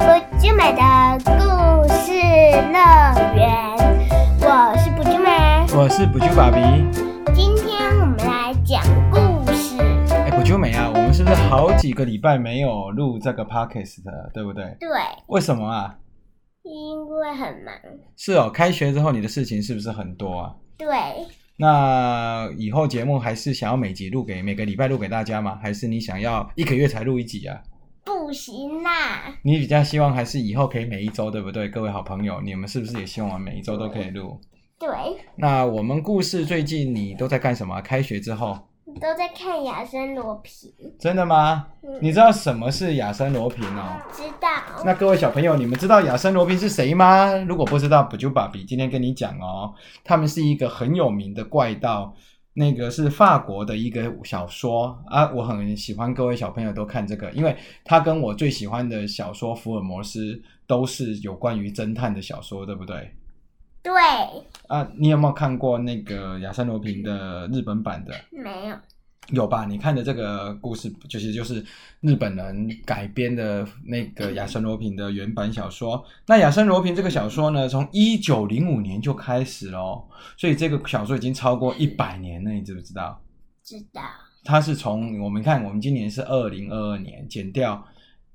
美的故事乐园，我是不舅妹。我是补救爸比。今天我们来讲故事，哎，补救美啊，我们是不是好几个礼拜没有录这个 podcast 了，对不对？对，为什么啊？因为很忙，是哦，开学之后你的事情是不是很多啊？对，那以后节目还是想要每集录给每个礼拜录给大家吗？还是你想要一个月才录一集啊？不行啦，你比较希望还是以后可以每一周，对不对？各位好朋友，你们是不是也希望我们每一周都可以录？对，那我们故事最近你都在干什么啊？开学之后，都在看亚森罗平，真的吗？嗯你知道什么是亚森罗平哦？知道？那各位小朋友，你们知道亚森罗宾是谁吗？如果不知道，不就爸比今天跟你讲哦，他们是一个很有名的怪盗，那个是法国的一个小说啊，我很喜欢各位小朋友都看这个，因为它跟我最喜欢的小说《福尔摩斯》都是有关于侦探的小说，对不对？对，啊，你有没有看过那个亚森罗宾的日本版的？没有，有吧？你看的这个故事，就是就是日本人改编的那个亚森罗平的原版小说。那亚森罗平这个小说呢，从一九零五年就开始喽，所以这个小说已经超过一百年了，你知不知道？知道，它是从我们看，我们今年是二零二二年，减掉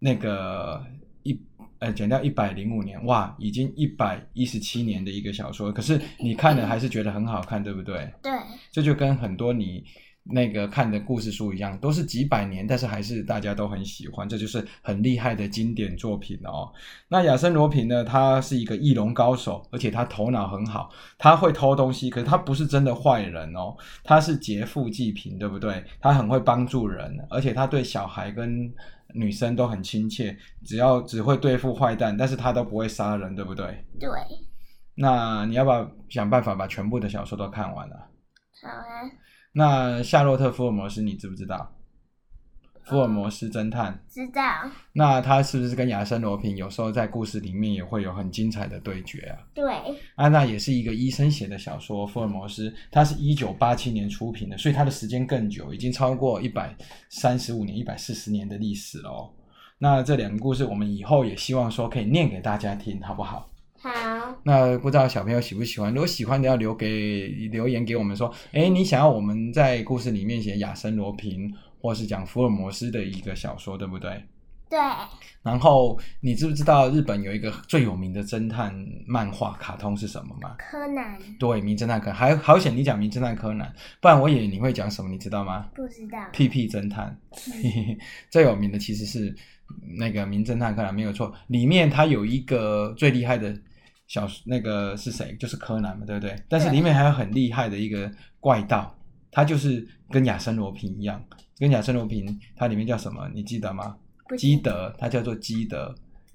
那个一呃，减掉一百零五年，哇，已经一百一十七年的一个小说。可是你看了还是觉得很好看，对不对？对，这就跟很多你那个看的故事书一样，都是几百年，但是还是大家都很喜欢，这就是很厉害的经典作品哦。那亚森罗平呢，他是一个易容高手，而且他头脑很好，他会偷东西，可是他不是真的坏人哦，他是劫富济贫，对不对？他很会帮助人，而且他对小孩跟女生都很亲切，只要只会对付坏蛋，但是他都不会杀人，对不对？对，那你要不要想办法把全部的小说都看完啊？好啊，那夏洛特·福尔摩斯你知不知道？福尔摩斯侦探，知道，那他是不是跟亚森·罗平有时候在故事里面也会有很精彩的对决啊？对，安娜也是一个医生写的小说，《福尔摩斯》，它是一九八七年出品的，所以它的时间更久，已经超过一百三十五年、一百四十年的历史了哦。那这两个故事，我们以后也希望说可以念给大家听，好不好？好，那不知道小朋友喜不喜欢？如果喜欢的，要留给留言给我们说，哎，你想要我们在故事里面写亚森罗平，或是讲福尔摩斯的一个小说，对不对？对，然后你知不知道日本有一个最有名的侦探漫画卡通是什么吗？柯南对，名侦探柯南，还好险你讲名侦探柯南，不然我以为你会讲什么，你知道吗？不知道，屁屁侦探， 最有名的其实是那个《名侦探柯南》，没有错。里面他有一个最厉害的小那个是谁？就是柯南嘛，对不对？但是里面还有很厉害的一个怪盗，他就是跟亚森罗平一样，跟亚森罗平，他里面叫什么？你记得吗？不基知德，他叫做基德，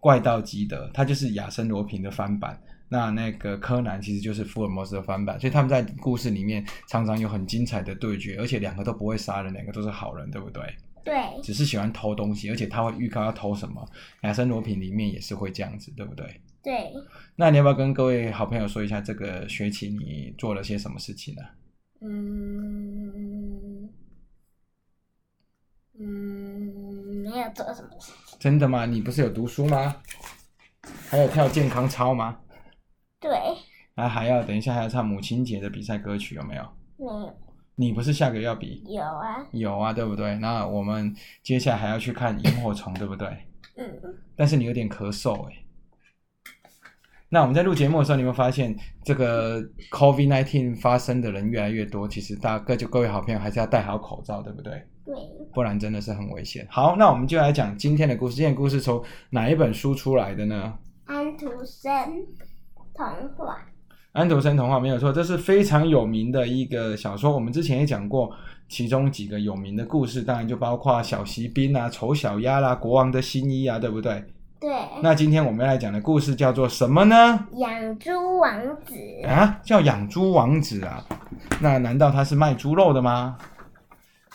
怪盗基德，他就是亚森罗平的翻版。那那个柯南其实就是福尔摩斯的翻版，所以他们在故事里面常常有很精彩的对决，而且两个都不会杀人，两个都是好人，对不对？对，只是喜欢偷东西，而且他会预告要偷什么。亚森罗平里面也是会这样子，对不对？对，那你要不要跟各位好朋友说一下，这个学期你做了些什么事情呢、嗯，嗯，没有做什么事。真的吗？你不是有读书吗？还有跳健康操吗？对，啊，还要等一下还要唱母亲节的比赛歌曲，有没有？没有你不是下个月要比？有啊，有啊，对不对？那我们接下来还要去看萤火虫，对不对？嗯，但是你有点咳嗽哎。那我们在录节目的时候，你有没有发现这个 COVID 1 9发生的人越来越多？其实大各就各位好朋友还是要戴好口罩，对不对？对，不然真的是很危险。好，那我们就来讲今天的故事。今天的故事从哪一本书出来的呢？安徒生童话，安徒生童话没有错，这是非常有名的一个小说。我们之前也讲过其中几个有名的故事，当然就包括小骑兵啊、丑小鸭啦、国王的新衣啊，对不对？对，那今天我们要来讲的故事叫做什么呢？养猪王子，啊，叫养猪王子啊？那难道他是卖猪肉的吗？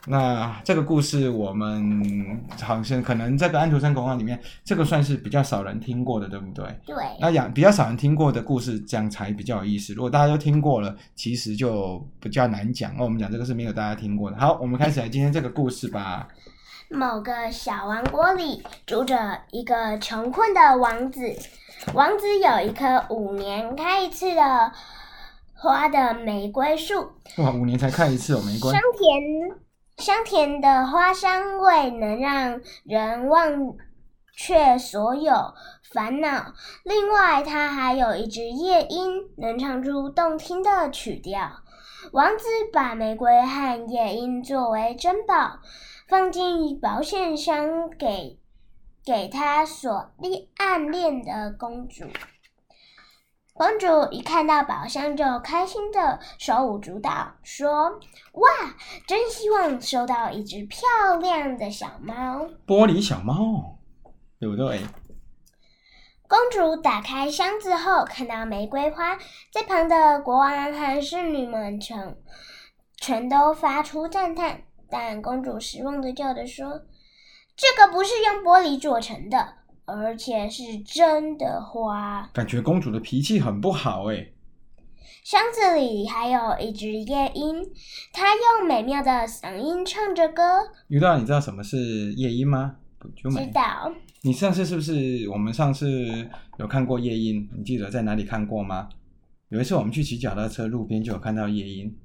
那这个故事我们好像可能这个安徒生童话里面，这个算是比较少人听过的，对不对？对，那养比较少人听过的故事，讲才比较有意思。如果大家都听过了，其实就比较难讲。哦，我们讲这个是没有大家听过的。好，我们开始来今天这个故事吧。某个小王国里住着一个穷困的王子，王子有一棵五年开一次的花的玫瑰树，哇，五年才看一次哦，没关香甜香甜的花香味能让人忘却所有烦恼。另外，它还有一只夜莺，能唱出动听的曲调。王子把玫瑰和夜莺作为珍宝，放进保险箱给给他所恋暗恋的公主。公主一看到宝箱就开心的手舞足蹈，说：“哇，真希望收到一只漂亮的小猫。”玻璃小猫哦，对不对？公主打开箱子后，看到玫瑰花，在旁的国王和侍女们全全都发出赞叹，但公主失望的叫着说：“这个不是用玻璃做成的，而且是真的花。感觉公主的脾气很不好哎诶。”箱子里还有一只夜莺，它用美妙的嗓音唱着歌，于大，你知道什么是夜莺吗？不就知没。道你上次是不是我们上次有看过夜莺？你记得在哪里看过吗？有一次我们去骑脚踏车，路边就有看到夜莺。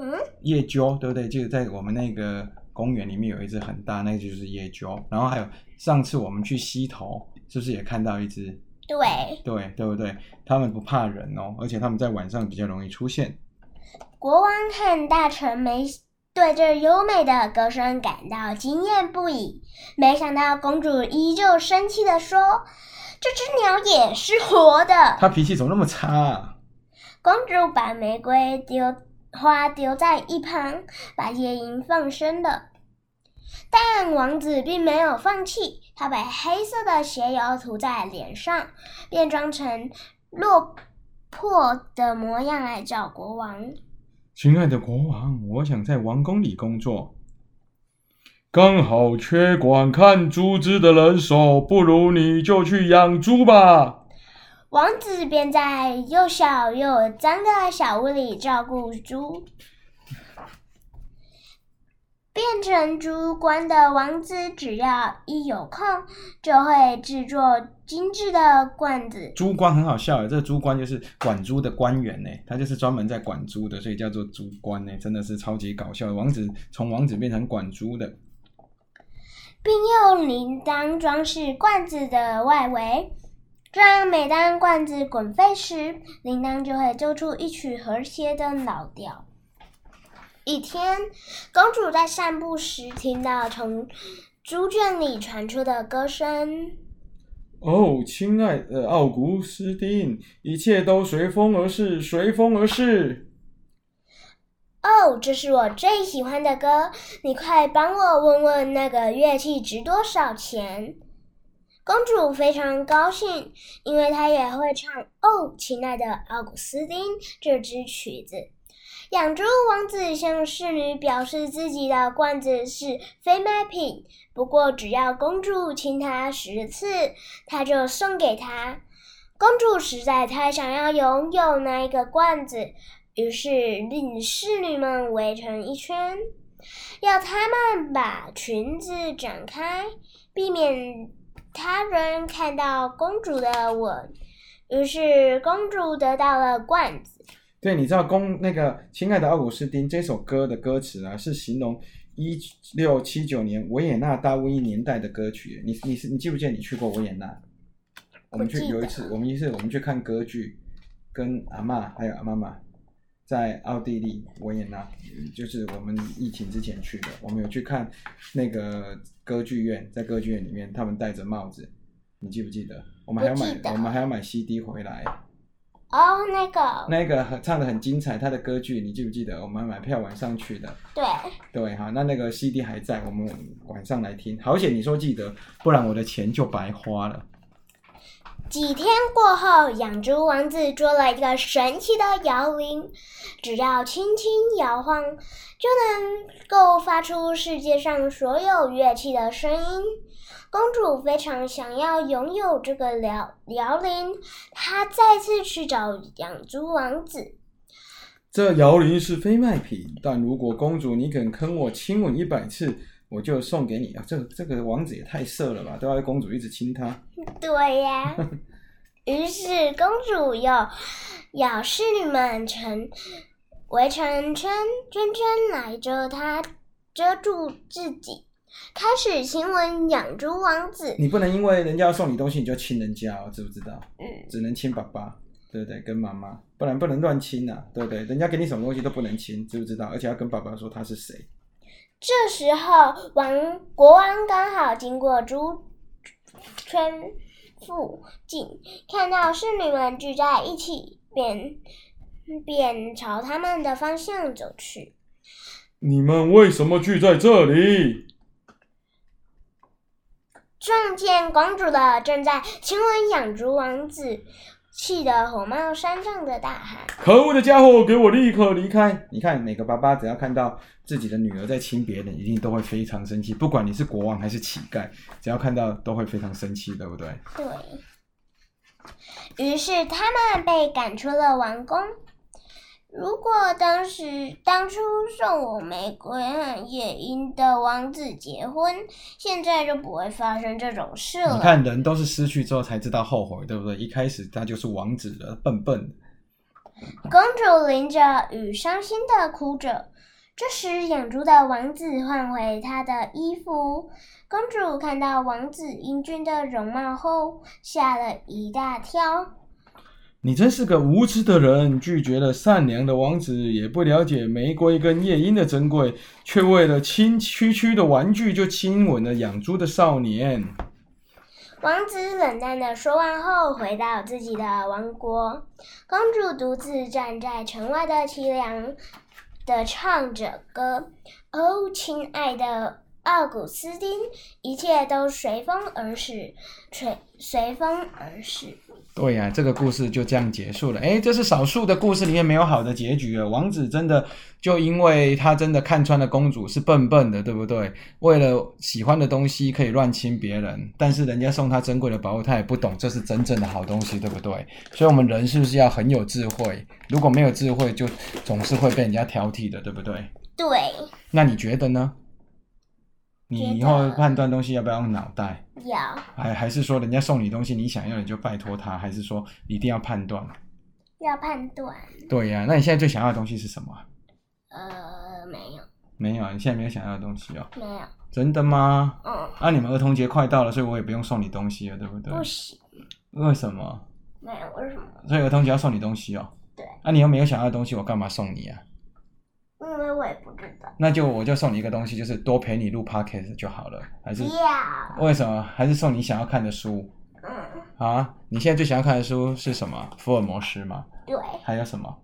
嗯，夜鸠，对不对？就是在我们那个公园里面有一只很大，那个就是夜鸠。然后还有上次我们去溪头，是不是也看到一只？对。对，对不对？它们不怕人哦，而且它们在晚上比较容易出现。国王和大臣没对这优美的歌声感到惊艳不已。没想到公主依旧生气地说：“这只鸟也是活的。它脾气怎么那么差、啊？”公主把玫瑰丢花丢在一旁，把夜莺放生了。但王子并没有放弃，他把黑色的鞋油涂在脸上，便装成落魄的模样来找国王。亲爱的国王，我想在王宫里工作，刚好缺管看猪只的人手，不如你就去养猪吧。王子便在又小又脏的小屋里照顾猪。变成猪官的王子，只要一有空，就会制作精致的罐子。猪官很好笑欸耶，这个猪官就是管猪的官员呢，他就是专门在管猪的，所以叫做猪官呢，真的是超级搞笑。王子从王子变成管猪的，并用铃铛装饰罐子的外围。这样，每当罐子滚飞时，铃铛就会奏出一曲和谐的老调。一天，公主在散步时听到从猪圈里传出的歌声。哦，亲爱的奥古斯丁，一切都随风而逝，随风而逝。哦，这是我最喜欢的歌，你快帮我问问那个乐器值多少钱。公主非常高兴，因为她也会唱《哦，亲爱的奥古斯丁》这支曲子。养猪王子向侍女表示自己的罐子是非卖品，不过只要公主亲他十次，他就送给她。公主实在太想要拥有那一个罐子，于是令侍女们围成一圈，要她们把裙子展开，避免他人看到公主的吻。于是公主得到了罐子。对，你知道公那个《亲爱的奥古斯丁》这首歌的歌词啊，是形容一六七九年维也纳大瘟疫年代的歌曲。你你是你记不记得你去过维也纳？我们去不记得有一次，我们一次我们去看歌剧，跟阿嬷还有阿妈妈在奥地利维也纳，就是我们疫情之前去的。我们有去看那个歌剧院，在歌剧院里面，他们戴着帽子，你记不记得？我们还要我买记，得我们还要买 CD 回来。哦，那个，那个很唱的很精彩，他的歌剧你记不记得？我们买票晚上去的，对，对哈，那那个 CD 还在，我们晚上来听。好险你说记得，不然我的钱就白花了。几天过后，养猪王子做了一个神奇的摇铃，只要轻轻摇晃，就能够发出世界上所有乐器的声音。公主非常想要拥有这个摇摇铃，她再次去找养猪王子。这摇铃是非卖品，但如果公主你肯坑我亲吻一百次，我就送给你啊。这个这个王子也太色了吧，都要公主一直亲他。对呀、于是公主又要侍女们成围成圈圈圈来遮她，遮住自己，开始亲吻养猪王子。你不能因为人家要送你东西你就亲人家哦，知不知道？嗯，只能亲爸爸，对不对？跟妈妈，不然不能乱亲啊，对不对？人家给你什么东西都不能亲，知不知道？而且要跟爸爸说他是谁。这时候王国王刚好经过猪圈附近，看到侍女们聚在一起，便便朝他们的方向走去。你们为什么聚在这里？撞见公主的正在亲吻养猪王子，气得火冒三丈的大喊。可恶的家伙，给我立刻离开！你看，每个爸爸只要看到自己的女儿在亲别人，一定都会非常生气。不管你是国王还是乞丐，只要看到都会非常生气，对不对？对，于是他们被赶出了王宫。如果当时当初送我玫瑰和夜莺的王子结婚，现在就不会发生这种事你了。看，人都是失去之后才知道后悔，对不对？一开始他就是王子了，笨笨。公主淋着雨，伤心的哭着。这时，养猪的王子换回他的衣服。公主看到王子英俊的容貌后，吓了一大跳。你真是个无知的人，拒绝了善良的王子，也不了解玫瑰跟夜莺的珍贵，却为了亲区区的玩具就亲吻了养猪的少年。王子冷淡的说完后，回到自己的王国。公主独自站在城外的凄凉的唱着歌。哦，亲爱的奥古斯丁，一切都随风而逝，随随风而逝。对呀、这个故事就这样结束了。哎，这是少数的故事里面没有好的结局了。王子真的就因为他真的看穿了公主是笨笨的，对不对？为了喜欢的东西可以乱亲别人，但是人家送他珍贵的宝物，他也不懂这是真正的好东西，对不对？所以，我们人是不是要很有智慧？如果没有智慧，就总是会被人家挑剔的，对不对？对，那你觉得呢？觉得你以后判断东西要不要用脑袋？要还还是说人家送你东西，你想要你就拜托他，还是说一定要判断？要判断。对呀、那你现在最想要的东西是什么啊？呃，没有，没有啊，你现在没有想要的东西哦。没有，真的吗？嗯，啊，你们儿童节快到了，所以我也不用送你东西了，对不对？不行，为什么？没有，为什么？所以儿童节要送你东西哦。对。啊，你又没有想要的东西，我干嘛送你啊？因为我也不知道。那就我就送你一个东西，就是多陪你录 podcast 就好了。还嗯是要，为什么？还是送你想要看的书嗯，啊？你现在最想要看的书是什么？福尔摩斯吗？对，还有什么？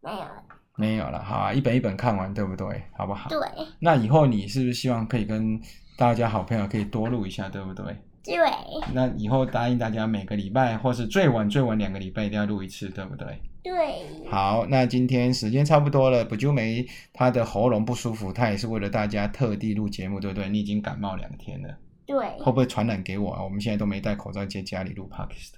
没有，没有了，好啊，一本一本看完，对不对？好不好？对。那以后你是不是希望可以跟大家好朋友可以多录一下，对不对？对，那以后答应大家每个礼拜或是最晚最晚两个礼拜一定要录一次，对不对？对，好，那今天时间差不多了，卜啾梅她的喉咙不舒服，她也是为了大家特地录节目，对不对？你已经感冒两天了，对，会不会传染给我啊？我们现在都没戴口罩，在家里录 podcast，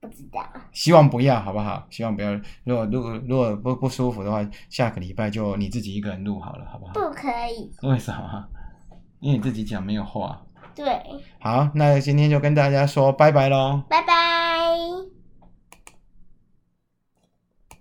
不知道。希望不要，好不好？希望不要。如果如果如果不不舒服的话，下个礼拜就你自己一个人录好了，好不好？不可以，为什么？因为你自己讲没有话。对，好，那今天就跟大家说拜拜喽。拜拜。